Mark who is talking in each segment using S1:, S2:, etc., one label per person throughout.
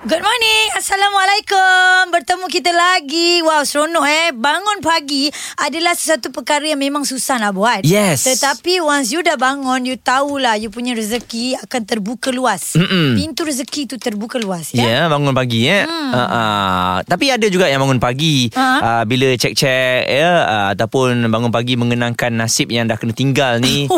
S1: Good morning. Assalamualaikum. Bertemu kita lagi. Wow, seronok eh. Bangun pagi adalah sesuatu perkara yang memang susah nak buat.
S2: Yes.
S1: Tetapi once you dah bangun, you tahulah you punya rezeki akan terbuka luas.
S2: Mm-mm.
S1: Pintu rezeki itu terbuka luas. Ya.
S2: Ya, yeah, bangun pagi ya. Hmm. Uh, uh, tapi ada juga yang bangun pagi
S1: Ha?
S2: uh, bila cek-cek ya uh, ataupun bangun pagi mengenangkan nasib yang dah kena tinggal ni.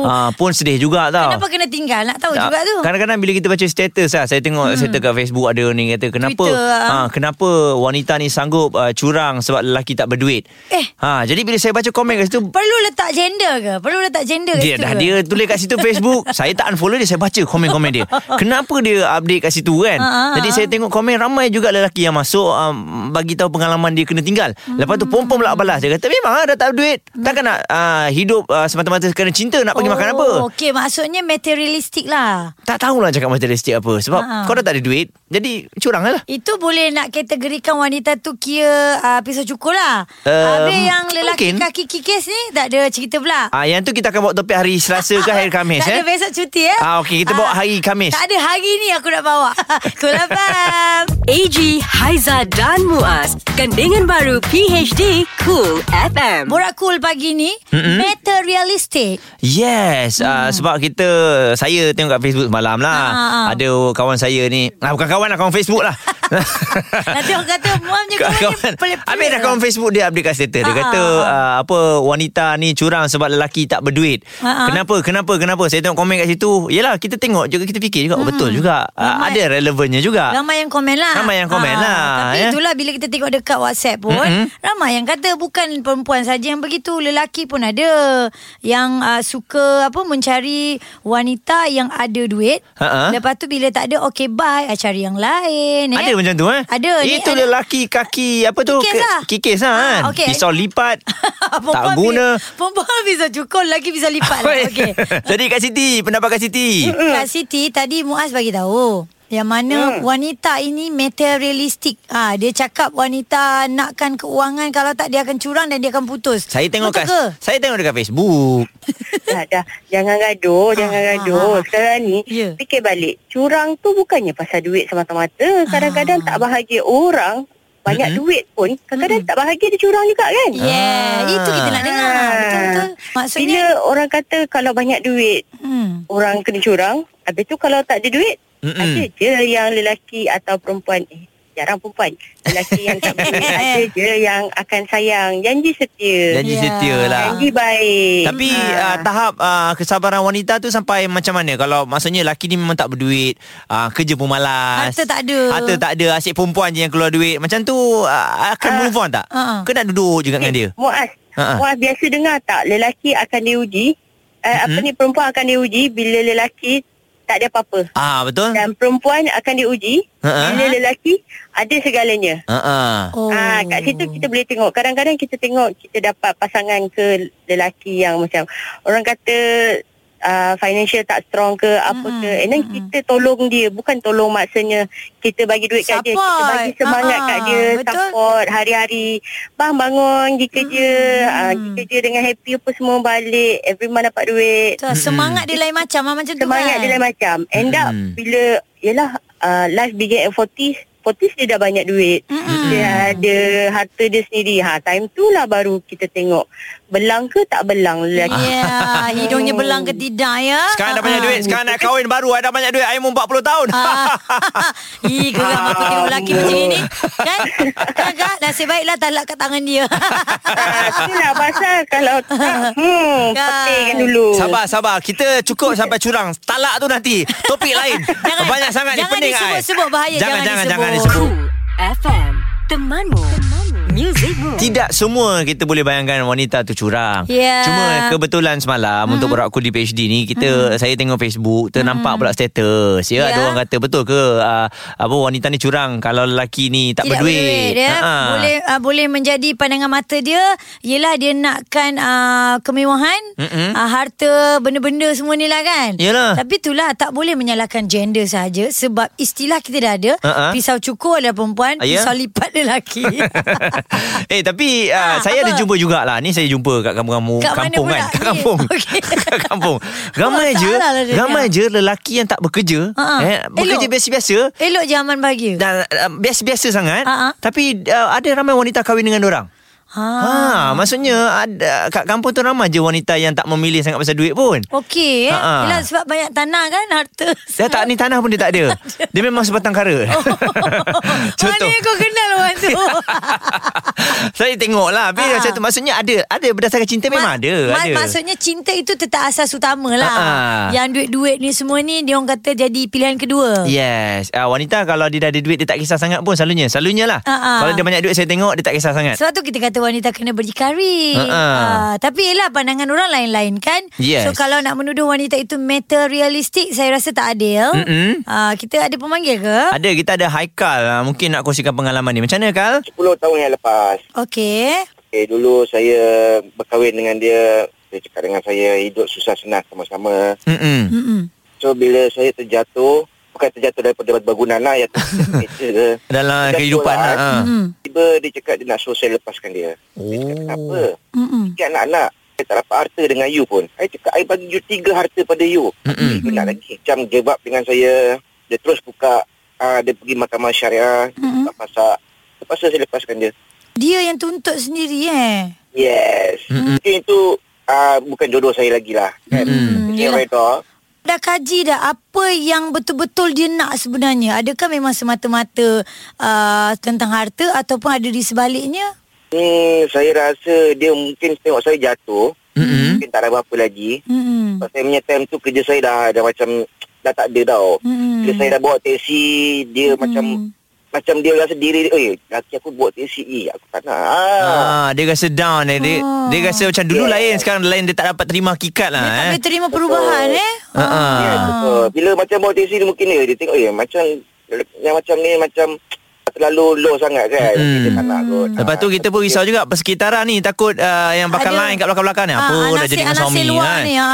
S1: Oh.
S2: uh, pun sedih juga tau.
S1: Kenapa kena tinggal? Nak tahu
S2: Ah,
S1: juga tu.
S2: Kadang-kadang bila kita baca status lah Saya tengok hmm. status kat Facebook ada ni kata Kenapa
S1: Twitter, ah.
S2: ha, Kenapa wanita ni sanggup uh, curang Sebab lelaki tak berduit
S1: Eh.
S2: ha, Jadi bila saya baca komen kat situ
S1: Perlu letak gender ke? Perlu letak gender ke? situ
S2: dia dah
S1: ke?
S2: dia tulis kat situ Facebook saya tak unfollow dia saya baca komen-komen dia kenapa dia update kat situ kan
S1: Ha, ha, ha.
S2: jadi saya tengok komen ramai juga lelaki yang masuk um, bagi tahu pengalaman dia kena tinggal lepas tu pom-pom lah balas dia kata memang ah, dah tak ada duit takkan nak ah, hidup ah, semata-mata kerana cinta nak pergi makan apa
S1: Okey, Oh, maksudnya materialistik lah.
S2: tak tahulah cakap materialistik apa sebab
S1: Ha, ha.
S2: kau dah tak ada duit jadi curang lah
S1: Itu boleh nak kategorikan wanita tu kira uh, pisau cukur lah. Um,
S2: Um,
S1: Habis yang lelaki
S2: mungkin.
S1: kaki kikis ni tak ada cerita pula.
S2: Ah, yang tu kita akan bawa topik hari Selasa ke hari Khamis
S1: tak
S2: eh.
S1: ada besok cuti eh.
S2: Ah, okey, kita bawa hari Khamis.
S1: Tak ada hari ni aku nak bawa. Kulafam.
S3: AG Haiza dan Muaz, gandingan baru PHD Cool FM.
S1: Borak cool pagi ni Mm-mm. materialistic.
S2: Yes hmm. uh, Sebab kita Saya tengok kat Facebook semalam lah
S1: Ha, ha, ha.
S2: Ada kawan saya ni ah, Bukan kawan lah Kawan Facebook lah
S1: Nanti orang Lah, kata muam je kawan dia
S2: Kawan
S1: pelik-pelik.
S2: Habis dah kawan Facebook Dia update kat status Dia
S1: Ha, ha,
S2: kata
S1: ha.
S2: uh, Apa Wanita ni curang Sebab lelaki tak berduit
S1: Ha, ha.
S2: Kenapa Kenapa Kenapa Saya tengok komen kat situ Yelah kita tengok juga Kita fikir juga oh, Betul juga uh,
S1: Hmm. Ramai-
S2: Ada relevannya juga
S1: Ramai yang komen lah
S2: Ramai yang komen
S1: Ah,
S2: lah,
S1: Tapi
S2: ya.
S1: itulah bila kita tengok dekat WhatsApp pun
S2: Mm-mm.
S1: Ramai yang kata bukan perempuan saja yang begitu Lelaki pun ada Yang uh, suka apa mencari wanita yang ada duit
S2: Ha-ha.
S1: Lepas tu bila tak ada okay bye I cari yang lain
S2: Ada macam tu eh?
S1: Ada, ni
S2: Itu
S1: ada-
S2: lelaki kaki apa tu?
S1: Kikis
S2: Ke-
S1: lah.
S2: Kikis lah
S1: Ah,
S2: kan.
S1: okey.
S2: Pisau lipat. tak
S1: Perempuan
S2: guna.
S1: bi- Perempuan bisa cukur Lelaki bisa lipat lah Okay
S2: Jadi Kak Siti, pendapat Kak Siti.
S1: Kak Siti tadi Muaz bagi tahu yang mana hmm. wanita ini materialistik. Ha, dia cakap wanita nakkan keuangan kalau tak dia akan curang dan dia akan putus.
S2: Saya tengok
S1: Betul
S2: kat
S1: ke?
S2: saya tengok dekat Facebook.
S4: dah, dah. Jangan gaduh, ha, jangan
S1: ha,
S4: gaduh.
S1: ha.
S4: Sekarang ni,
S1: Ya.
S4: yeah. fikir balik. Curang tu bukannya pasal duit semata-mata. Kadang-kadang
S1: Ah.
S4: tak bahagia orang, banyak mm-hmm. duit pun, kadang-kadang mm-hmm. tak bahagia dia curang juga kan?
S1: Yeah,
S2: Ah.
S1: Ya, itu kita nak dengar. Betul betul.
S4: Bila
S1: Maksudnya
S4: orang kata kalau banyak duit,
S1: hmm.
S4: orang kena curang. Habis tu kalau tak ada duit,
S2: Mm-mm.
S4: mm ada je yang lelaki atau perempuan. Eh, jarang perempuan. Lelaki yang tak berduit, ada je yang akan sayang. Janji setia.
S2: Janji
S1: Ya.
S2: setia lah.
S4: Janji
S1: Eh,
S4: baik. Ah.
S2: Tapi
S1: ah,
S2: uh, tahap uh, kesabaran wanita tu sampai macam mana? Kalau maksudnya lelaki ni memang tak berduit, uh, kerja pun malas.
S1: Harta tak ada.
S2: Harta tak ada, asyik perempuan je yang keluar duit. Macam tu uh, akan move on tak?
S1: ha, ha.
S2: Ke nak duduk juga dengan dia? Ha,
S4: Muaz.
S2: Ha-ha.
S4: Muaz biasa dengar tak lelaki akan diuji? Uh, Apa
S2: Mm-hmm.
S4: ni perempuan akan diuji bila lelaki tak ada apa-apa.
S2: Ah betul? Ha,
S4: Dan perempuan akan diuji
S2: Ha-ha.
S4: bila lelaki ada segalanya.
S2: Ha ah.
S1: Oh.
S4: Ah, kat situ kita boleh tengok. Kadang-kadang kita tengok kita dapat pasangan ke lelaki yang macam orang kata uh, financial tak strong ke apa
S1: Mm-mm,
S4: ke. And then
S1: mm-mm.
S4: kita tolong dia, bukan tolong maksudnya kita bagi duit kat dia, kita
S1: Support.
S4: bagi semangat
S1: Ah,
S4: kat dia,
S1: betul.
S4: support hari-hari. Bang bangun, pergi kerja, ah, pergi kerja dengan happy apa semua balik, every month dapat duit.
S1: Betul, semangat dia lain macam ah, macam tu
S4: Semangat
S1: kan.
S4: dia lain macam. End up
S2: Mm-mm.
S4: bila yelah uh, life begin at 40 40 dia dah banyak duit.
S1: Mm-mm.
S4: Dia ada harta dia sendiri. Ha time tu lah baru kita tengok belang ke tak belang
S1: Ya,
S4: lelaki.
S1: yeah, hidungnya belang ke tidak ya.
S2: Sekarang dah
S1: Ah,
S2: banyak
S1: ah.
S2: duit Sekarang nak kahwin baru Ada banyak duit Ayah umur 40 tahun Ah.
S1: Ah. Ih, geram aku tengok lelaki macam ni. Kan? Kan, kan? Nasib baiklah talak kat tangan dia.
S4: Ah, itulah pasal kalau tak, hmm,
S1: Kan.
S4: petikkan dulu.
S2: Sabar, sabar. Kita cukup sampai curang. Talak tu nanti. Topik lain.
S1: Jangan-
S2: Banyak sangat ni
S1: jangan
S2: pening. Ai.
S1: disebut-sebut, bahaya.
S2: Jangan,
S1: Jangan
S2: jangan, jangan
S1: disebut.
S2: disebut.
S3: Cool FM, temanmu, temanmu. muzikmu.
S2: Tidak semua kita boleh bayangkan wanita tu curang.
S1: Ya. Mm-hmm.
S2: Cuma kebetulan semalam mm. untuk berak aku di PhD ni kita mm. saya tengok Facebook ternampak mm. pula status. Ya,
S1: Ya.
S2: ada orang kata betul ke uh, apa wanita ni curang kalau lelaki ni tak
S1: Tidak
S2: berduit.
S1: ya.
S2: Ha-ha.
S1: Boleh uh, boleh menjadi pandangan mata dia Yelah dia nakkan uh, kemewahan
S2: Mm-mm.
S1: uh, Harta benda-benda semua ni lah kan
S2: Yelah.
S1: Tapi itulah tak boleh menyalahkan gender sahaja Sebab istilah kita dah ada
S2: Ha-ha.
S1: Pisau cukur adalah perempuan
S2: Ah, ya?
S1: Pisau lipat lelaki
S2: eh tapi uh,
S1: Ah,
S2: saya ada
S1: apa?
S2: jumpa jugalah ni saya jumpa kat kampung-kampung
S1: Kat mana
S2: kampung
S1: pula
S2: kan kat
S1: ni?
S2: kampung
S1: Okey.
S2: kat kampung ramai
S1: tak
S2: je
S1: salah lah dia.
S2: ramai je lelaki yang tak bekerja
S1: Ha-ha.
S2: eh bekerja
S1: Elok.
S2: biasa-biasa
S1: Elok je aman bahagia
S2: dan uh, biasa-biasa sangat
S1: Ha-ha.
S2: tapi uh, ada ramai wanita kahwin dengan orang
S1: ha.
S2: Ha, maksudnya ada kat kampung tu ramai je wanita yang tak memilih sangat pasal duit pun.
S1: Okey eh.
S2: Ha-ha.
S1: Yelah sebab banyak tanah kan harta
S2: Dia tak ni tanah pun dia tak ada. Dia memang sebatang kara.
S1: Oh. Mana
S2: Contoh.
S1: yang kau kenal orang tu
S2: Saya tengok lah Tapi
S1: Ha.
S2: macam tu Maksudnya ada Ada berdasarkan cinta
S1: Ma-
S2: Memang ada,
S1: ma-
S2: ada
S1: Maksudnya cinta itu tetap asas utama lah.
S2: Ha, ha.
S1: Yang duit-duit ni semua ni dia orang kata jadi pilihan kedua.
S2: Yes uh, Wanita kalau dia dah ada duit Dia tak kisah sangat pun Selalunya Selalunya lah
S1: Ha, ha.
S2: Kalau dia banyak duit Saya tengok dia tak kisah sangat
S1: Sebab tu kita kata wanita kena berdikari.
S2: Ha, ha.
S1: Ah, tapi yelah pandangan orang lain-lain kan.
S2: Yes.
S1: So kalau nak menuduh wanita itu materialistik saya rasa tak adil.
S2: Mm-mm.
S1: Ah, kita ada pemanggil ke?
S2: Ada kita ada Haikal ah, Mungkin nak kongsikan pengalaman ni Macam mana Kal?
S5: 10 tahun yang lepas
S1: Okey.
S5: okay, Dulu saya berkahwin dengan dia Dia cakap dengan saya Hidup susah senang sama-sama
S2: Mm-mm.
S1: Mm-mm.
S5: So bila saya terjatuh Bukan terjatuh daripada berguna lah Ya terjatuh
S2: Dalam
S5: Terjatuh
S2: kehidupan lah. Ha.
S5: eh.
S1: Mm.
S5: Tiba dia cakap dia nak suruh saya lepaskan dia Saya
S2: Oh.
S5: cakap kenapa
S1: Mm-mm.
S5: Sikit anak-anak Saya tak dapat harta dengan you pun Saya cakap I bagi you tiga harta pada you
S2: Mm-mm.
S5: You nak lagi Macam give up dengan saya Dia terus buka ah, Dia pergi mahkamah syariah
S1: Mm-mm.
S2: Hmm.
S5: Dia masak Lepas tu saya lepaskan dia
S1: Dia yang tuntut sendiri eh.
S5: Yes.
S2: Mm-mm.
S5: Mm-hmm. Mungkin itu uh, bukan jodoh saya lagi lah. Kan?
S2: Mm-mm.
S5: Mm-hmm. Saya
S1: Yelah.
S5: reda.
S1: Dah kaji dah apa yang betul-betul dia nak sebenarnya? Adakah memang semata-mata uh, tentang harta ataupun ada di sebaliknya?
S5: Hmm, saya rasa dia mungkin tengok saya jatuh.
S2: Mm-mm.
S5: Mungkin tak ada apa-apa lagi.
S1: Hmm.
S5: Sebab saya punya time tu kerja saya dah, dah macam dah tak ada tau.
S1: Mm-mm.
S5: Bila saya dah bawa teksi, dia macam macam dia rasa diri dia, eh, laki aku bawa teksi, eh, aku tak nak. Ah.
S2: Ah, dia rasa down eh. Dia,
S1: Ah.
S2: dia rasa macam dulu
S5: Yes.
S2: lain Sekarang lain dia tak dapat terima hakikat lah
S1: Dia tak
S2: eh.
S1: boleh terima perubahan eh.
S2: Ha, ha.
S5: Ya, betul. Bila macam bawa teksi dia mungkin dia, dia tengok, eh, macam yang macam ni, macam terlalu low sangat kan.
S2: Mm-mm.
S5: Dia tak nak kot.
S2: Lepas tu
S5: Ah,
S2: kita pun risau juga Persekitaran ni Takut uh, yang bakal
S1: Ada-
S2: lain kat belakang-belakang ni
S1: Ah,
S2: Apa dah
S1: anasir-
S2: jadi dengan
S1: anasir
S2: suami
S1: luar
S2: kan
S1: ni, ha.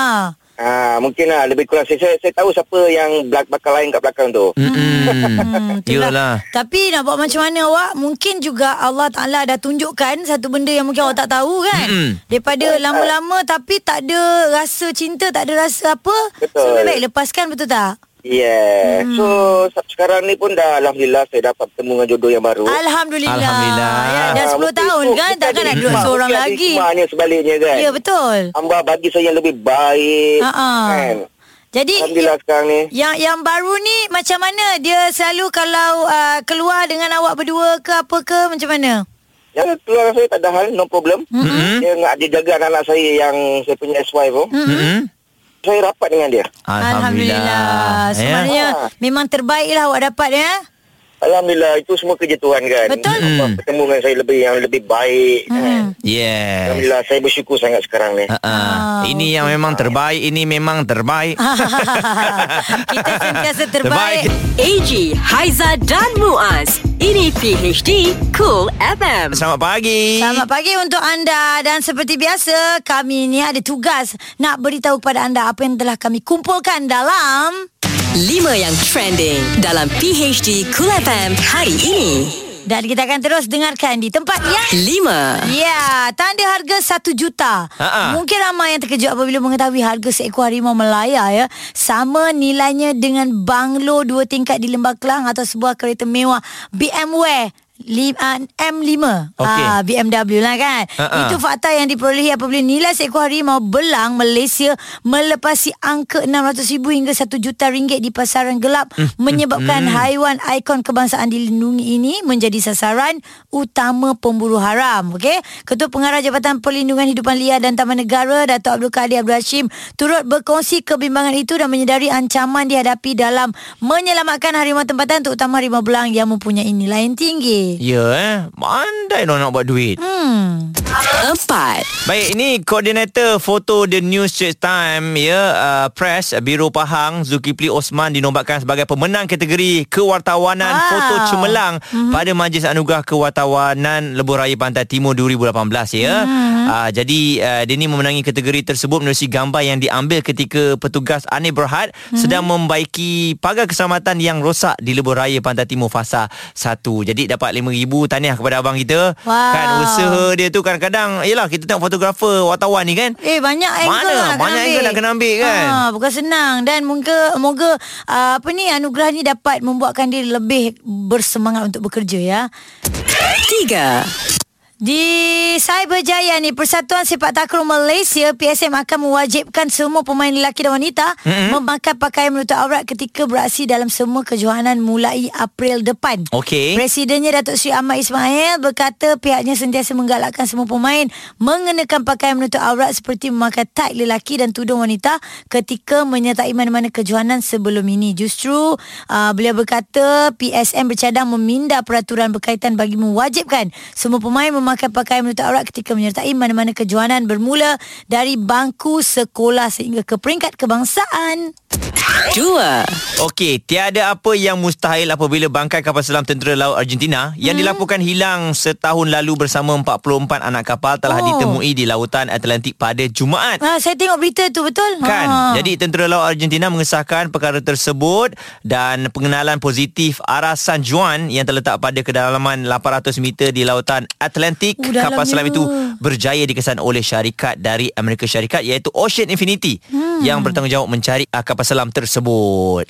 S5: Ah, mungkin lah lebih kurang saya, saya, saya tahu siapa yang belak, bakal lain kat belakang tu.
S2: Mm-mm.
S1: Hmm, itulah.
S2: Yelah
S1: Tapi nak buat macam mana awak Mungkin juga Allah Ta'ala dah tunjukkan Satu benda yang mungkin awak tak tahu kan
S2: Mm-mm.
S1: Daripada lama-lama Tapi tak ada rasa cinta Tak ada rasa apa So
S5: Betul.
S1: lebih baik lepaskan betul tak?
S5: Yeah. Hmm.
S2: Mm.
S5: So se- sekarang ni pun dah alhamdulillah saya dapat bertemu dengan jodoh yang baru.
S1: Alhamdulillah.
S2: Alhamdulillah.
S1: Ya, dah
S5: Ah, mungkin
S1: 10 tahun
S5: tu-
S1: kan
S5: mungkin
S1: takkan
S5: ada
S1: nak duduk
S5: hikmah,
S1: seorang
S5: mungkin ada
S1: lagi.
S5: Hikmahnya sebaliknya kan.
S1: Ya betul.
S5: Hamba bagi saya yang lebih baik.
S1: Ha-ha.
S5: Kan?
S1: Jadi ya,
S5: Alhamdulillah sekarang ni.
S1: yang yang baru ni macam mana? Dia selalu kalau uh, keluar dengan awak berdua ke apa ke macam mana?
S5: Yang Ya, keluarga saya tak ada hal, no problem. Mm-hmm. Dia, nak- dia jaga anak-anak saya yang saya punya ex-wife tu.
S2: Mm-mm. Ah,
S5: Saya rapat dengan dia.
S2: Alhamdulillah, Ya.
S1: Sebenarnya
S5: Ha.
S1: Ah, memang terbaiklah awak dapat ya.
S5: Alhamdulillah itu semua kerja Tuhan kan.
S1: Betul.
S5: Allah
S2: Hmm.
S5: Bertemu dengan saya lebih yang lebih baik. Kan?
S2: Yes
S5: Alhamdulillah saya bersyukur sangat sekarang ni.
S2: Ha, ha.
S1: Ah,
S2: Ini yang memang terbaik Ini memang terbaik
S1: Kita sentiasa terbaik.
S3: AG, Haiza dan Muaz. Ini PHD Cool FM.
S2: Selamat pagi
S1: Selamat pagi untuk anda dan seperti biasa kami ni ada tugas nak beritahu kepada anda apa yang telah kami kumpulkan dalam
S3: 5 yang trending dalam PHD Cool FM hari ini.
S1: dan kita akan terus dengarkan di tempat yang
S3: 5.
S1: Ya, yeah, tanda harga 1 juta.
S2: Ha-ha.
S1: Mungkin ramai yang terkejut apabila mengetahui harga seekor harimau Melaya ya, sama nilainya dengan banglo dua tingkat di Lembah Kelang atau sebuah kereta mewah BMW lim, uh, M5
S2: Okey.
S1: Ah, BMW lah kan
S2: Ha-ha.
S1: Itu fakta yang diperolehi apabila nilai seekor harimau belang Malaysia melepasi angka 600 ribu hingga 1 juta ringgit di pasaran gelap menyebabkan haiwan ikon kebangsaan dilindungi ini menjadi sasaran utama pemburu haram. Okey, Ketua Pengarah Jabatan Perlindungan Hidupan Liar dan Taman Negara Datuk Abdul Kadir Abdul Hashim turut berkongsi kebimbangan itu dan menyedari ancaman dihadapi dalam menyelamatkan harimau tempatan terutama harimau belang yang mempunyai nilai yang tinggi. Okey.
S2: Ya eh Pandai dong nak buat duit
S1: Hmm.
S3: Empat.
S2: Baik, ini koordinator foto The New Straits Time ya uh, Press Biro Pahang Zulkifli Osman dinobatkan sebagai pemenang kategori kewartawanan
S1: Wow. Mhm.
S2: foto cemerlang mm-hmm. pada Majlis Anugerah Kewartawanan Lebuh Raya Pantai Timur 2018 ya.
S1: Mhm.
S2: Mm-hmm. Uh, jadi uh, dia ni memenangi kategori tersebut menerusi gambar yang diambil ketika petugas Anir
S1: Mhm.
S2: Berhad mm-hmm. sedang membaiki pagar keselamatan yang rosak di Lebuh Raya Pantai Timur fasa 1. Jadi dapat RM5,000 tahniah kepada abang kita.
S1: Wow.
S2: Kan usaha dia tu kadang-kadang Yelah kita tengok fotografer wartawan ni kan
S1: Eh banyak
S2: Mana?
S1: angle lah nak
S2: Banyak
S1: kena
S2: angle
S1: ambil.
S2: nak kena ambil, kan?
S1: ha, Bukan senang Dan moga, moga uh, Apa ni Anugerah ni dapat Membuatkan dia lebih Bersemangat untuk bekerja ya
S3: Tiga.
S1: Di Cyberjaya ni Persatuan Sepak Takraw Malaysia PSM akan mewajibkan semua pemain lelaki dan wanita mm-hmm. memakai pakaian menutup aurat ketika beraksi dalam semua kejohanan mulai April depan.
S2: Okey
S1: Presidennya Datuk Seri Ahmad Ismail berkata pihaknya sentiasa menggalakkan semua pemain mengenakan pakaian menutup aurat seperti memakai tag lelaki dan tudung wanita ketika menyertai mana-mana kejohanan sebelum ini. Justru uh, beliau berkata PSM bercadang meminda peraturan berkaitan bagi mewajibkan semua pemain memakai pakaian menutup aurat ketika menyertai mana-mana kejohanan bermula dari bangku sekolah sehingga ke peringkat kebangsaan.
S3: Dua.
S2: Okey Tiada apa yang mustahil apabila bangkai kapal selam tentera laut Argentina Yang dilaporkan hilang setahun lalu bersama 44 anak kapal Telah
S1: Oh.
S2: ditemui di lautan Atlantik pada Jumaat
S1: Ah, saya tengok berita tu betul?
S2: Kan?
S1: Ah.
S2: Jadi tentera laut Argentina mengesahkan perkara tersebut dan pengenalan positif arah San Juan yang terletak pada kedalaman 800 meter di lautan Atlantik.
S1: Oh,
S2: kapal
S1: dalamnya.
S2: selam itu berjaya dikesan oleh syarikat dari Amerika Syarikat iaitu Ocean Infinity hmm. yang bertanggungjawab mencari ah, kapal selam tersebut.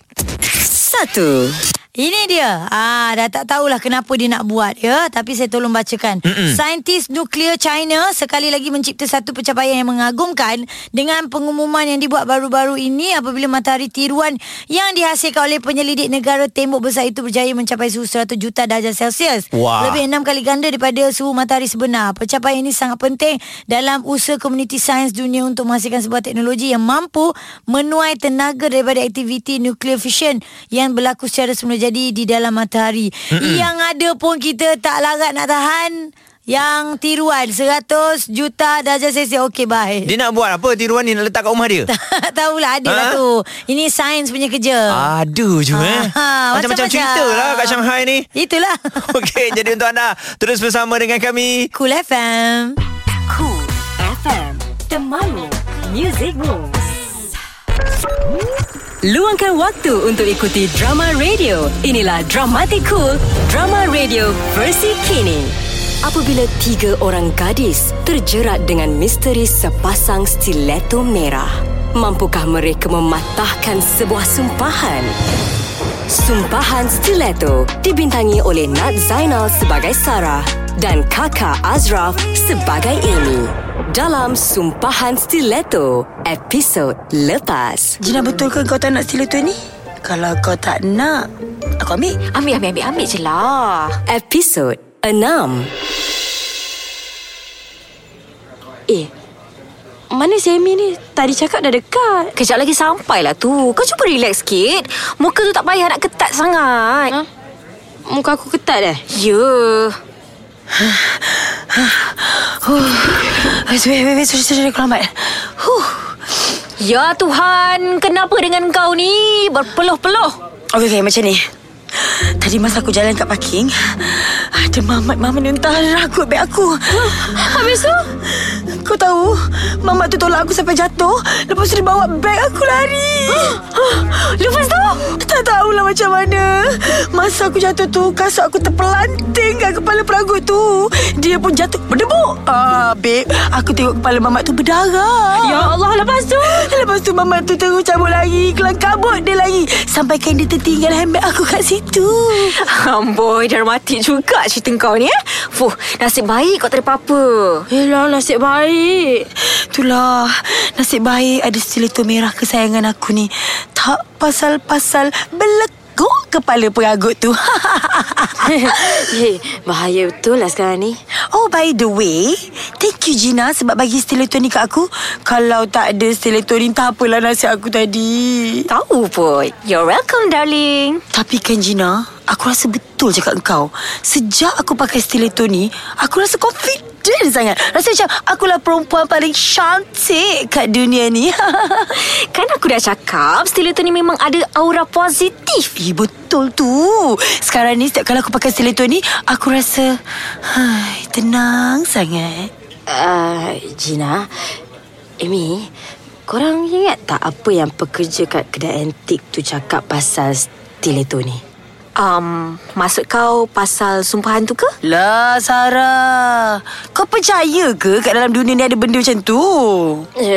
S3: Satu.
S1: Ini dia. Ah, dah tak tahulah kenapa dia nak buat ya, tapi saya tolong bacakan. Mm-mm. Saintis nuklear China sekali lagi mencipta satu pencapaian yang mengagumkan dengan pengumuman yang dibuat baru-baru ini apabila matahari tiruan yang dihasilkan oleh penyelidik negara tembok besar itu berjaya mencapai suhu 100 juta darjah Celsius.
S2: Wah.
S1: Lebih enam kali ganda daripada suhu matahari sebenar. Pencapaian ini sangat penting dalam usaha komuniti sains dunia untuk menghasilkan sebuah teknologi yang mampu menuai tenaga daripada aktiviti nuclear fission yang berlaku secara semula jadi di dalam matahari. Mm-mm. Yang ada pun kita tak larat nak tahan. Yang tiruan 100 juta darjah Celsius. Okey, baik.
S2: Dia nak buat apa tiruan ni nak letak kat rumah dia?
S1: Tak tahulah ada lah
S2: Ha?
S1: tu. Ini sains punya kerja.
S2: Ada je eh.
S1: Ah,
S2: Macam-macam
S1: macam-macam.
S2: cerita lah kat Shanghai ni.
S1: Itulah.
S2: Okey, jadi untuk anda terus bersama dengan kami.
S1: Cool FM.
S3: Cool FM. Temanmu. Music Rules. Luangkan waktu untuk ikuti drama radio. Inilah Dramatic Cool, drama radio versi kini. Apabila tiga orang gadis terjerat dengan misteri sepasang stiletto merah, mampukah mereka mematahkan sebuah sumpahan? Sumpahan Stiletto dibintangi oleh Nat Zainal sebagai Sarah dan kakak Azraf sebagai Amy. Dalam Sumpahan Stiletto, episod lepas.
S6: Gina betul ke kau tak nak stiletto ni? Kalau kau tak nak, aku ambil.
S7: Ambil, ambil, ambil, ambil je lah.
S3: Episod 6.
S7: Eh, mana si Amy ni? Tadi cakap dah dekat. Kejap lagi sampai lah tu. Kau cuba relax sikit. Muka tu tak payah nak ketat sangat. Ha?
S6: Muka aku ketat eh?
S7: Ya.
S6: Wait, wait, wait, wait. Sorry, sorry, aku lambat. Huh.
S7: Ya Tuhan, kenapa dengan kau ni? Berpeluh-peluh.
S6: Okay, okay, macam ni. Tadi masa aku jalan kat parking, ada mamat mama nentah rakut beg aku.
S7: Habis tu?
S6: Kau tahu, mamat tu tolak aku sampai jatuh. Lepas tu dia bawa beg aku lari. Lepas tu? Tak tahulah macam mana. Masa aku jatuh tu, kasut aku terpelanting kat kepala peragut tu. Dia pun jatuh berdebuk. Ah, babe, aku tengok kepala mamat tu berdarah.
S7: Ya Allah, lepas tu?
S6: Lepas tu mama tu terus cabut lagi Kelang kabut dia lagi Sampai kain dia tertinggal handbag aku kat situ
S7: Amboi, dramatik juga cerita kau ni eh. Fuh, nasib baik kau tak ada apa-apa.
S6: Yelah nasib baik Itulah Nasib baik ada stiletto merah kesayangan aku ni Tak pasal-pasal Belekuk kepala peragut tu
S7: Hei, bahaya betul lah sekarang ni.
S6: Oh by the way Thank you Gina Sebab bagi stiletto ni kat aku Kalau tak ada stiletto ni Tak apalah nasib aku tadi
S7: Tahu pun. You're welcome, darling.
S6: Tapi kan Gina Aku rasa betul cakap kau Sejak aku pakai stiletto ni Aku rasa confident sangat Rasa macam Akulah perempuan paling cantik Kat dunia ni
S7: Kan aku dah cakap Stiletto ni memang ada aura positif
S6: Eh betul tu Sekarang ni setiap kali aku pakai stiletto ni Aku rasa hai, Tenang sangat
S7: uh, Gina Amy Korang ingat tak Apa yang pekerja kat kedai antik tu Cakap pasal stiletto ni Um, maksud kau pasal sumpahan tu ke?
S6: Lah Sarah Kau percaya ke Kat dalam dunia ni ada benda macam tu
S7: Eh,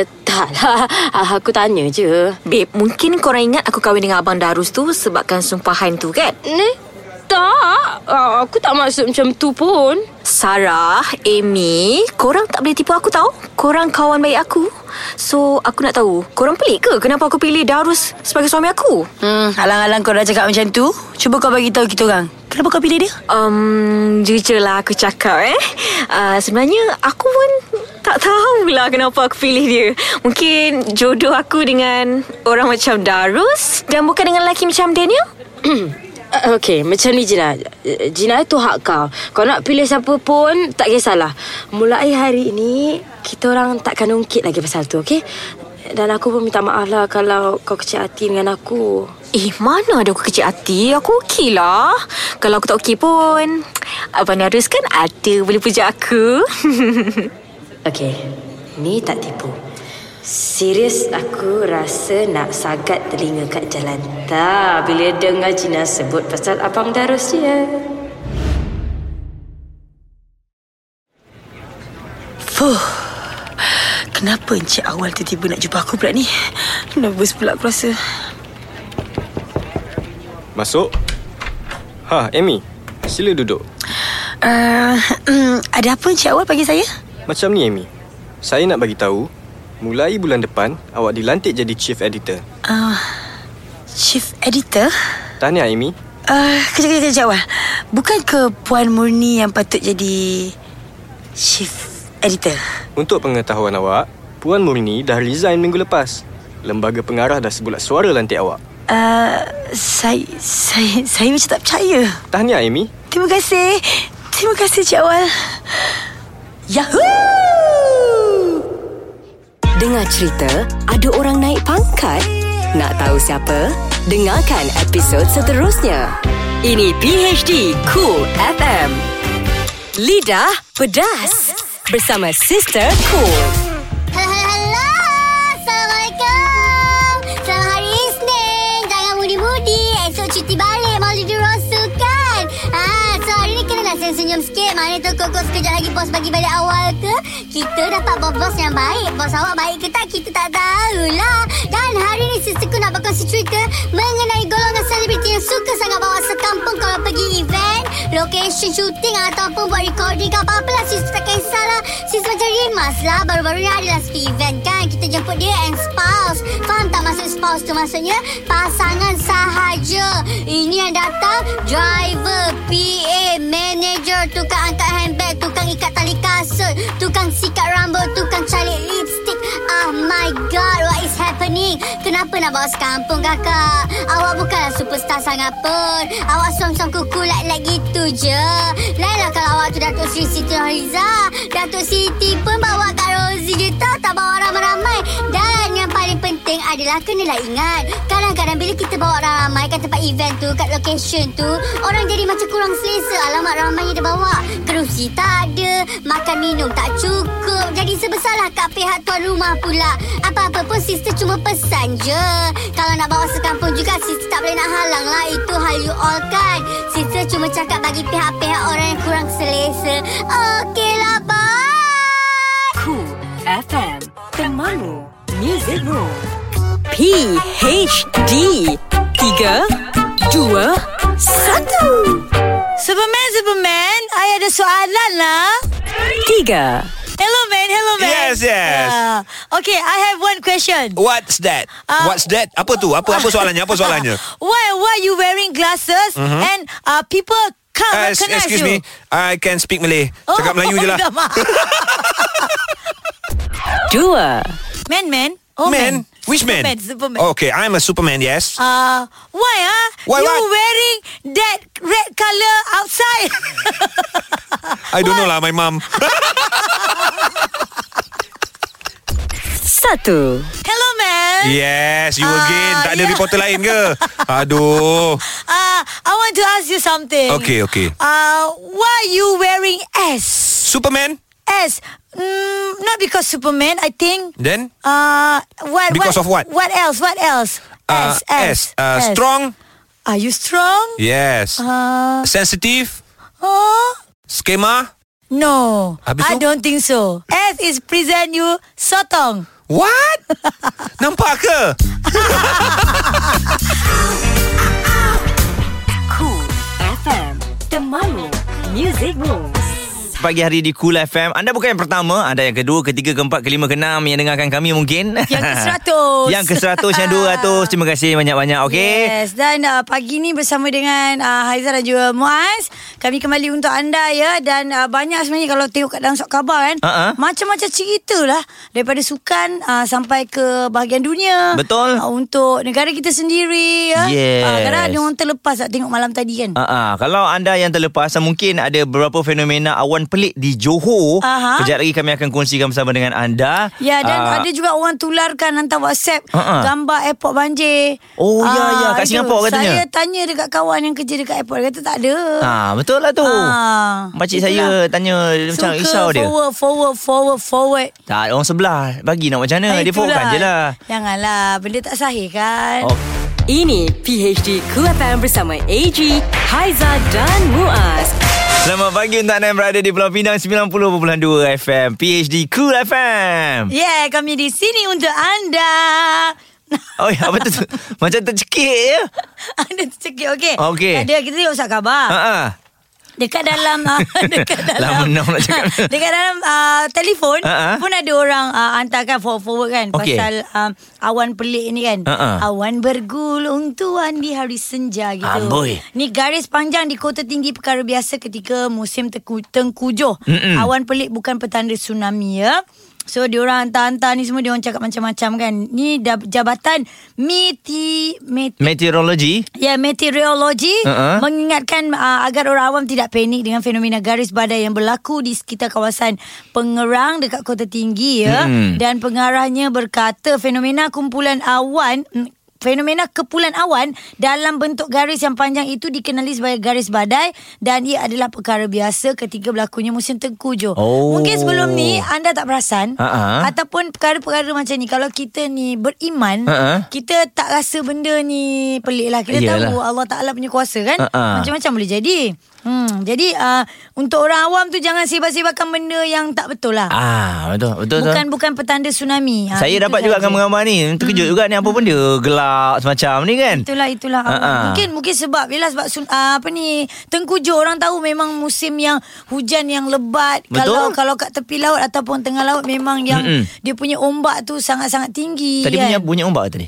S6: lah.
S7: taklah. Ah, Aku tanya je. Babe, mungkin korang ingat aku kahwin dengan Abang Darus tu sebabkan sumpahan tu kan? Eh, tak. Aku tak maksud macam tu pun. Sarah, Amy, korang tak boleh tipu aku tau. Korang kawan baik aku. So, aku nak tahu, korang pelik ke kenapa aku pilih Darus sebagai suami aku?
S6: Hmm Alang-alang kau dah cakap macam tu Cuba kau bagi tahu kita orang Kenapa kau pilih dia?
S7: Um, jujurlah aku cakap eh uh, Sebenarnya aku pun tak tahulah kenapa aku pilih dia Mungkin jodoh aku dengan orang macam Darus Dan bukan dengan lelaki macam Daniel Okay, macam ni lah. Gina Gina itu hak kau Kau nak pilih siapa pun tak kisahlah Mulai hari ini Kita orang takkan ungkit lagi pasal tu, okay? Dan aku pun minta maaf lah kalau kau kecil hati dengan aku. Eh, mana ada aku kecil hati? Aku okey lah. Kalau aku tak okey pun, Abang Narus kan ada boleh puja aku. okey, ni tak tipu. Serius aku rasa nak sagat telinga kat jalan tak bila dengar Cina sebut pasal Abang Darus dia.
S6: Fuh Kenapa Encik Awal tiba-tiba nak jumpa aku pula ni? Nervous pula aku rasa.
S8: Masuk. Ha, Amy. Sila duduk.
S6: Uh, ada apa Encik Awal panggil saya?
S8: Macam ni, Amy. Saya nak bagi tahu, mulai bulan depan, awak dilantik jadi chief editor.
S6: Uh, Chief Editor?
S8: Tahniah, Amy.
S6: Uh, kejap, kejap, kejap Awal. Bukan ke Puan Murni yang patut jadi Chief Editor?
S8: Untuk pengetahuan awak, Puan Murni dah resign minggu lepas. Lembaga pengarah dah sebulat suara lantik awak.
S6: Uh, saya, saya, saya macam tak percaya.
S8: Tahniah, Amy.
S6: Terima kasih. Terima kasih Encik Awal. Yahoo!
S3: Dengar cerita ada orang naik pangkat. Nak tahu siapa? Dengarkan episod seterusnya. Ini PHD Cool FM. Lidah pedas bersama Sister Cool.
S9: Halo, halo, halo. Assalamualaikum. Selamat hari Isnin. Jangan mudi-mudi. Esok cuti balik. Malu dirosok kan? Ah, so hari ni kenalah saya senyum sikit. Mana tu kokok sekejap lagi bos bagi balik awal ke? Kita dapat bos-bos yang baik. Bos awak baik ke tak? Kita tak tahulah. Dan hari ni sisterku nak berkongsi cerita mengenai golongan selebriti yang suka sangat bawa sekampung kalau pergi event, location syuting ataupun buat recording ke apa-apa lah. Sister tak kisahlah. Sister macam rimas lah. Baru-baru ni adalah free event kan. Kita jemput dia and spouse. Faham tak maksud spouse tu? Maksudnya pasangan sahaja. Ini yang datang driver, PA, manager, tukang angkat handbag, tukang ikat tali kasut, tukang sikat rambut, tukang calik lipstick. Oh my god, what is happening? Kenapa nak bawa sekampung kakak? Awak bukanlah superstar sangat pun. Awak suam-suam kuku like-like gitu je. Lainlah kalau awak tu Datuk Sri Siti Nurhaliza. Datuk Siti pun bawa Kak Rosie je tau. Tak bawa ramai-ramai. Dan yang paling penting adalah kenalah ingat. Kadang-kadang bila kita bawa orang ramai kat tempat event tu, kat location tu, orang jadi macam kurang selesa. Alamak ramainya dia bawa. Kerusi tak ada, makan minum tak cukup. Jadi sebesalah kat pihak tuan rumah pula. Apa-apa pun sister cuma pesan je. Kalau nak bawa sekampung juga, sister tak boleh nak halang lah. Itu hal you all kan. Sister cuma cakap bagi pihak-pihak orang yang kurang selesa. Okeylah, bye.
S3: Cool FM Temanmu Music Room PHD 3 2 1
S1: Superman, Superman, I ada soalan lah.
S3: 3
S1: Hello man, hello man.
S2: Yes, yes.
S1: Ah, okay, I have one question.
S2: What's that?
S1: Ah.
S2: What's that? Apa tu? Apa apa soalannya? Apa soalannya?
S1: Why why you wearing glasses and uh, people can't
S2: Uh,
S1: recognize
S2: excuse
S1: you?
S2: me. I can speak Malay.
S1: Oh,
S2: Cakap Melayu je lah.
S1: dah maaf.
S3: 2
S1: Man, man. Oh,
S2: Man, Oh.
S1: man.
S10: Which man?
S1: Superman, Superman.
S10: Okay, I'm a Superman, yes.
S1: Uh, why ah?
S10: Why,
S1: you
S10: what?
S1: wearing that red colour outside?
S10: I don't know lah, my mum.
S3: 1.
S1: Hello, man.
S10: yes, you again.
S1: Ah,
S10: Tak ada
S1: yeah.
S10: reporter lain ke? Aduh.
S1: Uh, I want to ask you something.
S10: Okay, okay.
S1: Uh, why you wearing S?
S10: Superman?
S1: S. Mm, not because Superman, I think.
S10: Then?
S1: Uh, what?
S10: Because of what?
S1: what, What else? What else?
S10: Uh,
S1: S, S,
S10: Uh,
S1: S.
S10: Strong?
S1: Are you strong?
S10: Yes.
S1: Uh,
S10: Sensitive?
S1: oh,
S10: Schema?
S1: no.
S10: Habis
S1: I
S10: tu?
S1: don't think so. S is present you sotong.
S10: What? Nampak ke?
S3: Cool FM Temanmu Music Moves
S2: Pagi hari di Cool FM Anda bukan yang pertama Anda yang kedua, ketiga, keempat, kelima, keenam Yang dengarkan kami mungkin
S1: Yang Ah. ke-100.
S2: Yang ke seratus Yang dua ratus Terima kasih banyak-banyak Okay
S1: Yes, dan uh, pagi ni bersama dengan uh, Haizah dan juga Muaz, kami kembali untuk anda ya dan uh, banyak sebenarnya kalau tengok kat dalam surat khabar kan,
S2: Ha-ha.
S1: macam-macam cerita lah daripada sukan uh, sampai ke bahagian dunia.
S2: Betul.
S1: Uh, untuk negara kita sendiri ya.
S2: Yes.
S1: Uh, kadang ada orang terlepas tak tengok malam tadi kan.
S2: Ah, ah. kalau anda yang terlepas mungkin ada beberapa fenomena awan pelik di Johor.
S1: Aha.
S2: Kejap lagi kami akan kongsikan bersama dengan anda.
S1: Ya dan
S2: Ah,
S1: ada juga orang tularkan hantar WhatsApp
S2: Ha-ha.
S1: gambar airport banjir.
S2: Uh-uh. Oh, ya, ya, kat
S1: aduh.
S2: Singapura katanya.
S1: Saya tanya dekat kawan yang kerja dekat airport dia kata tak ada.
S2: Ah, betul lah tu.
S1: Ah,
S2: Makcik
S1: itulah.
S2: saya tanya dia macam
S1: Suka
S2: risau dia.
S1: forward, forward, forward, forward.
S2: Tak, orang sebelah bagi nak macam mana?
S1: Ah,
S2: Dia fokuskan je lah.
S1: Janganlah, benda tak sahih kan.
S2: Oh.
S3: Ini PHD Cool FM bersama AG Haiza dan Muaz
S2: Selamat pagi untuk anda yang berada di Pulau Pinang 90.2 FM PHD Cool FM.
S1: Yeah, kami di sini untuk anda.
S2: Oh ya, apa tu? tu? macam tercekik je.
S1: anda tercekik, okey?
S2: Okey.
S1: Tak ada, kita tengok usah khabar.
S2: Ha ah.
S1: Dekat dalam ah, Dekat dalam
S2: Lama nak nak cakap.
S1: Dekat dalam ah, telefon
S2: Ha, ha.
S1: Pun ada orang ah, Hantarkan forward-forward kan
S2: Okey.
S1: Pasal ah, awan pelik ni kan
S2: Ha, ha.
S1: Awan bergulung tuan di hari senja gitu
S2: Amboi.
S1: Ni garis panjang di kota tinggi Perkara biasa ketika musim teku, tengkujuh
S2: Mm-mm.
S1: Awan pelik bukan petanda tsunami ya So diorang hantar-hantar ni semua Diorang cakap macam-macam kan Ni da- jabatan Meti, Meti
S2: Meteorologi.
S1: Ya, meteorologi
S2: Uh-uh.
S1: uh-huh. mengingatkan uh, agar orang awam tidak panik dengan fenomena garis badai yang berlaku di sekitar kawasan Pengerang dekat Kota Tinggi ya.
S2: Mm-mm.
S1: Dan pengarahnya berkata fenomena kumpulan awan mm, Fenomena kepulan awan dalam bentuk garis yang panjang itu dikenali sebagai garis badai dan ia adalah perkara biasa ketika berlakunya musim tengkujuh.
S2: Oh.
S1: Mungkin sebelum ni anda tak perasan
S2: Ha-ha.
S1: ataupun perkara-perkara macam ni kalau kita ni beriman
S2: Ha-ha.
S1: kita tak rasa benda ni pelik lah kita
S2: Yelah.
S1: tahu Allah Ta'ala punya kuasa kan
S2: Ha-ha.
S1: Macam-macam boleh jadi hmm, Jadi uh, Untuk orang awam tu Jangan sebar-sebarkan benda yang tak betul lah
S2: Ah, betul betul. betul.
S1: Bukan bukan petanda tsunami Ha,
S2: Saya
S1: itu
S2: dapat juga
S1: saja. Hmm.
S2: gambar-gambar ni Terkejut juga ni Apa pun dia Gelap semacam ni kan
S1: Itulah itulah Ah,
S2: Ha, ha.
S1: Mungkin mungkin sebab Yelah sebab sun, uh, Apa ni Tengkujuh orang tahu Memang musim yang Hujan yang lebat
S2: Betul.
S1: Kalau kalau kat tepi laut Ataupun tengah laut Memang yang
S2: Mm-mm.
S1: Dia punya ombak tu Sangat-sangat tinggi
S2: Tadi
S1: kan?
S2: punya bunyi ombak ke tadi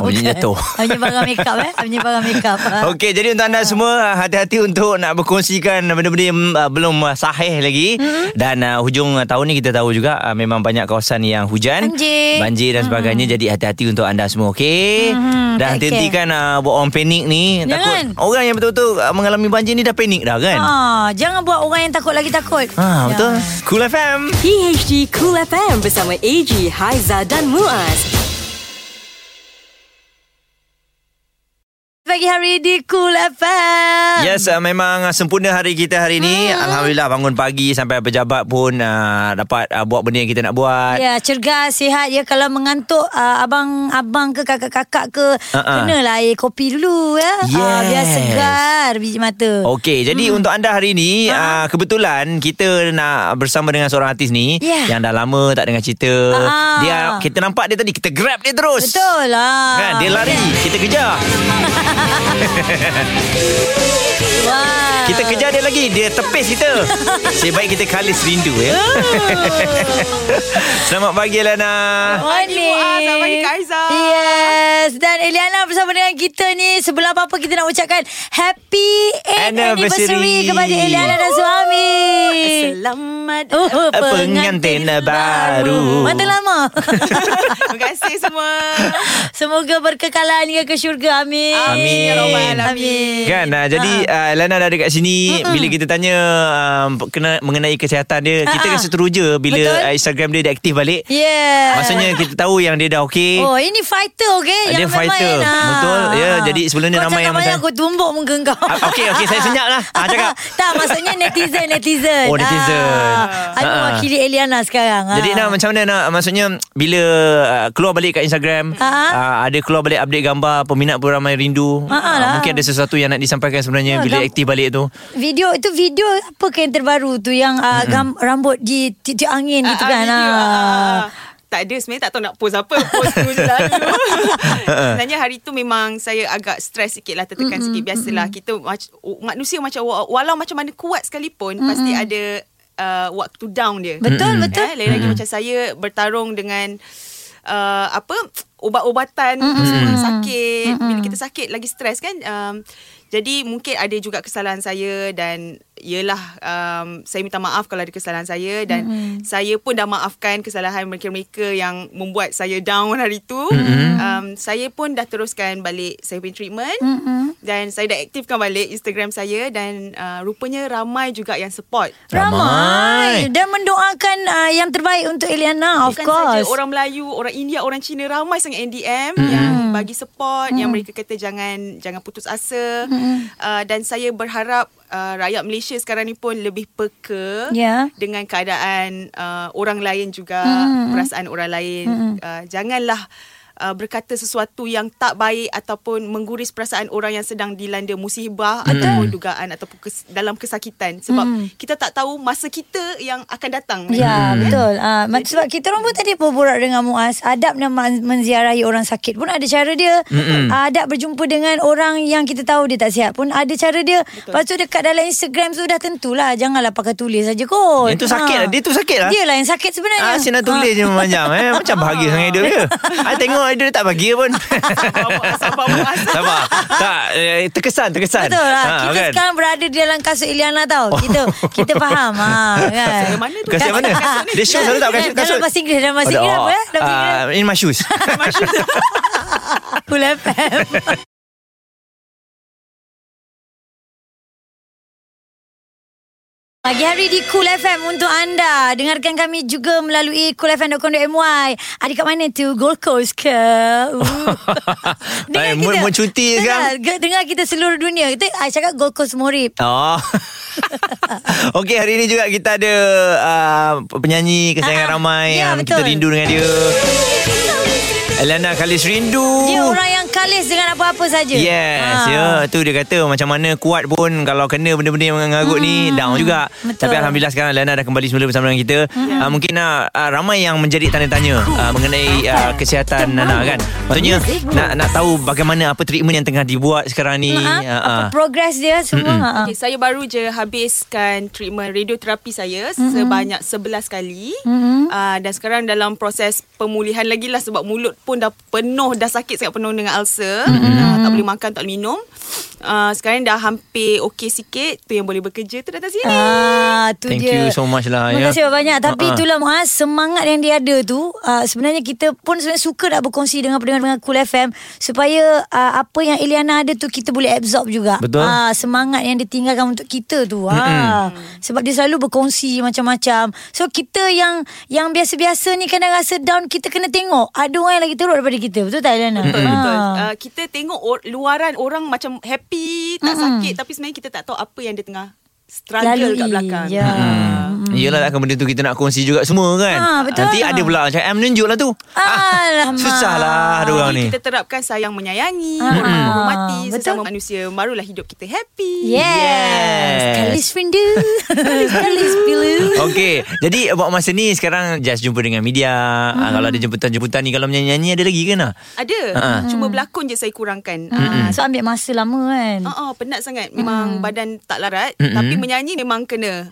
S2: Oh bunyi
S1: Bukan.
S2: jatuh
S1: Ah, Punya barang make up eh Punya barang make up Ah.
S2: Okey, jadi untuk anda semua ah, hati-hati untuk nak berkongsikan benda-benda yang ah, belum ah, sahih lagi.
S1: Mm-hmm.
S2: Dan ah, hujung ah, tahun ni kita tahu juga ah, memang banyak kawasan yang hujan,
S1: Banjir. Mm-hmm.
S2: banjir dan sebagainya. Jadi hati-hati untuk anda semua, okey? Dan
S1: okay.
S2: henti-hentikan ah, buat orang panik ni.
S1: Mm-hmm. Jangan.
S2: Takut orang yang betul-betul ah, mengalami banjir ni dah panik dah kan?
S1: Ah, jangan buat orang yang takut lagi takut.
S3: Ya.
S1: Ya.
S2: Ah, betul. Cool FM.
S3: PHD Cool FM bersama AG Haiza dan Muaz
S1: Pagi hari di Cool FM.
S2: Yes, uh, memang uh, sempurna hari kita hari ni.
S1: Mm-hmm.
S2: Alhamdulillah bangun pagi sampai pejabat pun uh, dapat uh, buat benda yang kita nak buat.
S1: Ya, cergas, sihat ya. Kalau mengantuk uh, abang-abang ke kakak-kakak ke,
S2: Ha, ha.
S1: kenalah air kopi dulu ya. Ah, biar
S2: Yes.
S1: segar biji mata.
S2: Okey, jadi
S1: Hmm.
S2: untuk anda hari ni
S1: Ha?
S2: uh, kebetulan kita nak bersama dengan seorang artis ni
S1: Yeah.
S2: yang dah lama tak dengar cerita.
S1: Ah.
S2: Dia kita nampak dia tadi kita grab dia terus.
S1: Betul lah.
S2: Kan, dia lari, kita kejar.
S1: Wah.
S2: Kita kejar dia lagi, dia tepis kita. Sebaik baik kita kalis rindu
S1: Oh.
S2: ya. Selamat pagi Lana.
S1: Morning.
S6: Selamat pagi, Kak Aizah.
S1: Yes. Dan Eliana bersama dengan kita ni. Sebelum apa-apa kita nak ucapkan happy 8th anniversary,
S2: Anniversary.
S1: kepada Eliana dan suami.
S11: Selamat
S1: Oh, oh,
S2: Eh, pengantin baru.
S1: Mata lama
S11: Terima kasih semua
S1: Semoga berkekalan hingga ke syurga Amin
S2: Amin.
S11: Ya Rabbal Alamin
S1: Amin
S2: Kan uh, Jadi
S1: Ah,
S2: uh, Lana dah ada kat sini Mm-mm. Bila kita tanya uh, kena, Mengenai kesihatan dia uh-uh. Kita
S1: Ha-ha.
S2: rasa teruja Bila
S1: Ah, Betul.
S2: uh, Instagram dia Dia aktif balik
S1: Yeah
S2: Maksudnya kita tahu Yang dia dah okey Ah,
S1: Oh ini fighter okay
S2: Dia
S1: Yang memang
S2: fighter.
S1: enak.
S2: Betul. Ya,
S1: Ah.
S2: jadi sebelum ni
S1: Kau
S2: ramai
S1: cakap
S2: yang
S1: banyak
S2: macam-
S1: Kau tumbuk muka kau
S2: Ah, okey, okey, saya senyap lah. Ah, cakap.
S1: Tak maksudnya netizen netizen
S2: Oh, netizen.
S1: ah. Aku
S2: Ah.
S1: wakili Eliana sekarang Ah.
S2: Jadi nak macam mana nak Maksudnya Bila uh, keluar balik kat Instagram
S1: Ha-ha.
S2: uh, Ada keluar balik update gambar Peminat pun ramai rindu Ah,
S1: Ha-ha lah.
S2: Mungkin ada sesuatu yang nak disampaikan sebenarnya
S1: Ya,
S2: Bila
S1: gam-
S2: aktif balik tu
S1: Video itu video apa ke yang terbaru tu yang uh,
S2: Hmm.
S1: gam, rambut di tiup angin
S11: Ah,
S1: gitu
S11: ah,
S1: kan.
S11: video,
S1: ah.
S11: ah, ah. Tak ada sebenarnya tak tahu nak post apa Post tu je lah dulu. Sebenarnya hari tu memang Saya agak stres sikit lah Tertekan sikit Biasalah Kita mac- manusia macam wa- Walau macam mana kuat sekalipun Pasti ada uh, Waktu down dia
S1: Betul betul.
S11: Eh, lain lagi macam saya bertarung dengan uh, apa ubat-ubatan mm-hmm. sakit mm-hmm. bila kita sakit lagi stres kan um, jadi mungkin ada juga kesalahan saya dan ialah um, saya minta maaf kalau ada kesalahan saya dan mm-hmm. saya pun dah maafkan kesalahan mereka-mereka yang membuat saya down hari tu mm-hmm. um, saya pun dah teruskan balik saya punya treatment mm-hmm. dan saya dah aktifkan balik Instagram saya dan uh, rupanya ramai juga yang support
S1: Ramai Dan mendoakan uh, yang terbaik untuk Eliana Of
S11: Bukan
S1: course
S11: saja orang Melayu, orang India, orang Cina ramai sangat NDM mm. yang bagi support, mm. yang mereka kata jangan jangan putus asa. Mm. Uh, dan saya berharap uh, rakyat Malaysia sekarang ni pun lebih peka
S1: Ya.
S11: dengan keadaan uh, orang lain juga, mm. perasaan orang lain. Mm. Uh, janganlah Uh, berkata sesuatu yang tak baik ataupun mengguris perasaan orang yang sedang dilanda musibah mm. ataupun dugaan ataupun kes, dalam kesakitan sebab mm. kita tak tahu masa kita yang akan datang
S1: Ya hmm. betul uh, Sebab kita orang pun tadi berborak dengan Muaz Adab dan men- menziarahi orang sakit pun ada cara dia hmm. Adab berjumpa dengan orang yang kita tahu dia tak sihat pun ada cara dia betul. Lepas tu dekat dalam Instagram tu dah tentulah Janganlah pakai tulis saja kot
S2: Yang tu sakit lah, dia tu sakit lah.
S1: Dia lah yang sakit sebenarnya
S2: Ah, Sina tulis je memanjang eh. Macam bahagia sangat hidup dia I tengok hidup dia tak bahagia pun
S11: Sabar, sabar, Muaz.
S2: Sabar Tak eh, Terkesan Terkesan
S1: Betul lah.
S2: Ah,
S1: Ha, kita
S2: kan?
S1: kan? sekarang berada di dalam kasut Iliana tau.
S2: Oh.
S1: Kita kita faham ha, kan.
S11: Kasut yang mana tu?
S2: Kasut yang mana? Dia show selalu tak kasut- kasut.
S1: Dalam bahasa Inggeris, dalam bahasa Inggeris apa ya? Dalam bahasa Inggeris.
S2: Ah, In my shoes
S1: Cool FM. Pagi hari di Cool FM untuk anda. Dengarkan kami juga melalui coolfm.com.my. Ada kat mana tu? Gold Coast ke? Uh.
S2: Eh, mood- mood cuti je
S1: dengar,
S2: kan?
S1: ke? Dengar kita seluruh dunia. Kita I cakap Gold Coast Morib.
S2: Oh. Okey, hari ini juga kita ada uh, penyanyi kesayangan
S1: Ah,
S2: ramai
S1: ya,
S2: yang kita
S1: betul.
S2: rindu dengan dia. Elana Khalis rindu.
S1: Dia orang yang kalis dengan apa-apa saja. Ha.
S2: Yes, ya. Tu dia kata macam mana kuat pun kalau kena benda-benda yang mengarut ni down juga.
S1: Hmm. betul. Hmm.
S2: Tapi alhamdulillah sekarang Lana dah kembali semula bersama dengan kita. Uh, mungkin uh, uh, ramai yang menjadi tanda tanya uh, mengenai uh, kesihatan Lana kan. Maksudnya nak nak tahu bagaimana apa treatment yang tengah dibuat sekarang ni.
S1: Ha,
S2: Ah,
S1: apa
S2: ah.
S1: progress dia semua. Ha.
S11: Okay, saya baru je habiskan treatment radioterapi saya mm-hmm. sebanyak 11 kali. Mm-hmm. Uh, dan sekarang dalam proses pemulihan lagi lah sebab mulut pun dah penuh, dah sakit sangat penuh dengan ulcer. Mm-hmm. Uh, tak boleh makan, tak boleh minum. Uh, sekarang dah hampir okey sikit. Tu yang boleh bekerja tu datang sini.
S1: Ah, tu
S2: Thank
S1: dia.
S2: you so much lah,
S1: Terima
S2: ya.
S1: kasih banyak. Tapi
S2: Ha, ha.
S1: itulah Muaz, semangat yang dia ada tu, uh, sebenarnya kita pun sebenarnya suka nak berkongsi dengan pendengar-pendengar Cool FM supaya uh, apa yang Eliana ada tu kita boleh absorb juga.
S2: Betul.
S1: Ah, semangat yang dia tinggalkan untuk kita tu. Ah, sebab dia selalu berkongsi macam-macam. So kita yang yang biasa-biasa ni kadang rasa down, kita kena tengok ada orang yang lagi teruk daripada kita. Betul tak Eliana?
S11: Betul,
S1: Ah.
S11: betul. Uh, kita tengok or, luaran orang macam happy, tak sakit tapi sebenarnya kita tak tahu apa yang dia tengah struggle
S1: Lalui,
S11: kat belakang.
S1: ya.
S11: Ah.
S2: Yelah takkan benda tu kita nak kongsi juga semua kan
S1: Ah, betul.
S2: Nanti ada pula macam M menunjuk lah tu
S1: Alamak.
S2: Susahlah ada orang
S11: Jadi
S2: ni
S11: Kita terapkan sayang menyayangi,
S1: Ah,
S11: hormat menghormati
S1: betul.
S11: sesama manusia. Barulah hidup kita happy.
S1: Yes.
S2: Yes.
S1: Kalis rindu. Kalis pilu.
S2: Okey, jadi buat masa ni sekarang just jumpa dengan media. Hmm. kalau ada jemputan-jemputan ni kalau menyanyi-nyanyi ada lagi ke nak?
S11: Ada.
S2: Ah.
S11: Cuma berlakon je saya kurangkan.
S1: Ah, Hmm. so ambil masa lama kan. Hmm.
S2: Hmm.
S11: Ah, ah, penat sangat. Memang badan tak larat. Tapi menyanyi memang kena.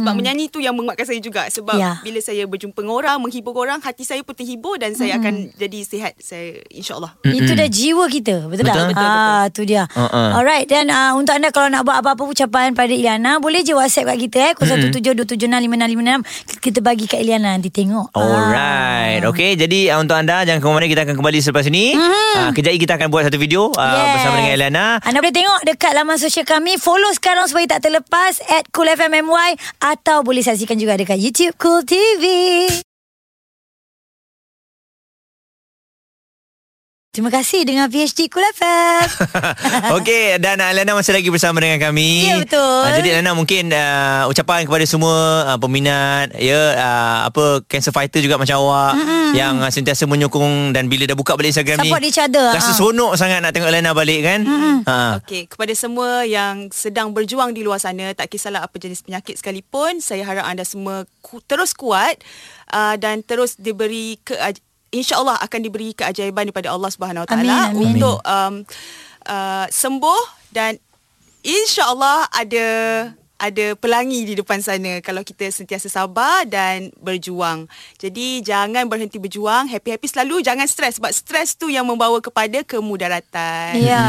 S11: Sebab menyanyi tu yang menguatkan saya juga sebab
S1: Hmm. Ya.
S11: yeah. bila saya berjumpa dengan orang, menghibur orang, hati saya pun terhibur dan saya akan jadi sihat saya insyaallah.
S1: Mm-mm. Hmm. Itu
S2: Hmm.
S1: dah jiwa kita Betul,
S11: Betul,
S1: tak?
S11: betul,
S1: ah, Itu dia
S11: Uh-uh.
S1: Alright Dan uh, untuk anda Kalau nak buat apa-apa ucapan Pada Iliana Boleh je whatsapp kat kita eh 0172765656 Kita bagi kat Iliana Nanti tengok Ah.
S2: Alright Okay Jadi uh, untuk anda Jangan ke mana Kita akan kembali selepas ini
S1: Mhm.
S2: uh, Kejap lagi kita akan buat satu video uh,
S1: Yes.
S2: Bersama dengan Elana
S1: Anda boleh tengok dekat laman sosial kami. Follow sekarang supaya tak terlepas at Cool FM MY atau boleh saksikan juga dekat YouTube Cool TV. Terima kasih dengan PhD Cool FM.
S2: Okey dan uh, Lana masih lagi bersama dengan kami.
S1: Ya, betul.
S2: Uh, jadi Lana mungkin uh, ucapan kepada semua uh, peminat ya uh, apa cancer fighter juga macam awak
S1: Mm-mm.
S2: yang uh, sentiasa menyokong dan bila dah buka balik Instagram
S11: Support
S2: ni
S11: each other,
S2: Rasa
S11: ah.
S2: seronok sangat nak tengok Lana balik kan. Mm-mm. Ha.
S11: Okey, kepada semua yang sedang berjuang di luar sana, tak kisahlah apa jenis penyakit sekalipun, saya harap anda semua ku, terus kuat uh, dan terus diberi ke insyaallah akan diberi keajaiban daripada Allah Subhanahu Wa Taala
S1: Amin, amin.
S11: untuk um, uh, sembuh dan insyaallah ada ada pelangi di depan sana kalau kita sentiasa sabar dan berjuang. Jadi jangan berhenti berjuang, happy-happy selalu, jangan stres sebab stres tu yang membawa kepada kemudaratan.
S1: Ya.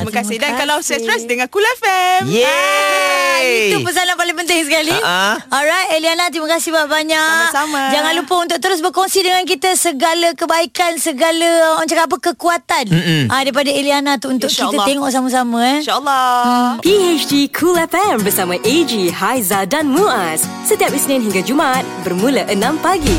S11: Terima kasih. Dan kalau saya stress dengan Cool FM.
S2: Yeay.
S1: Itu pesan yang paling penting sekali.
S2: Ha-ha.
S1: Alright, Eliana terima kasih banyak-banyak.
S11: Sama-sama.
S1: Jangan lupa untuk terus berkongsi dengan kita segala kebaikan, segala orang cakap apa kekuatan
S3: Mm-mm.
S1: ah daripada Eliana tu untuk kita
S3: InsyaAllah.
S1: tengok sama-sama eh.
S11: Ya, InsyaAllah.
S3: PHD Cool FM bersama AG, Haiza dan Muaz. Setiap Isnin hingga Jumaat bermula 6 pagi.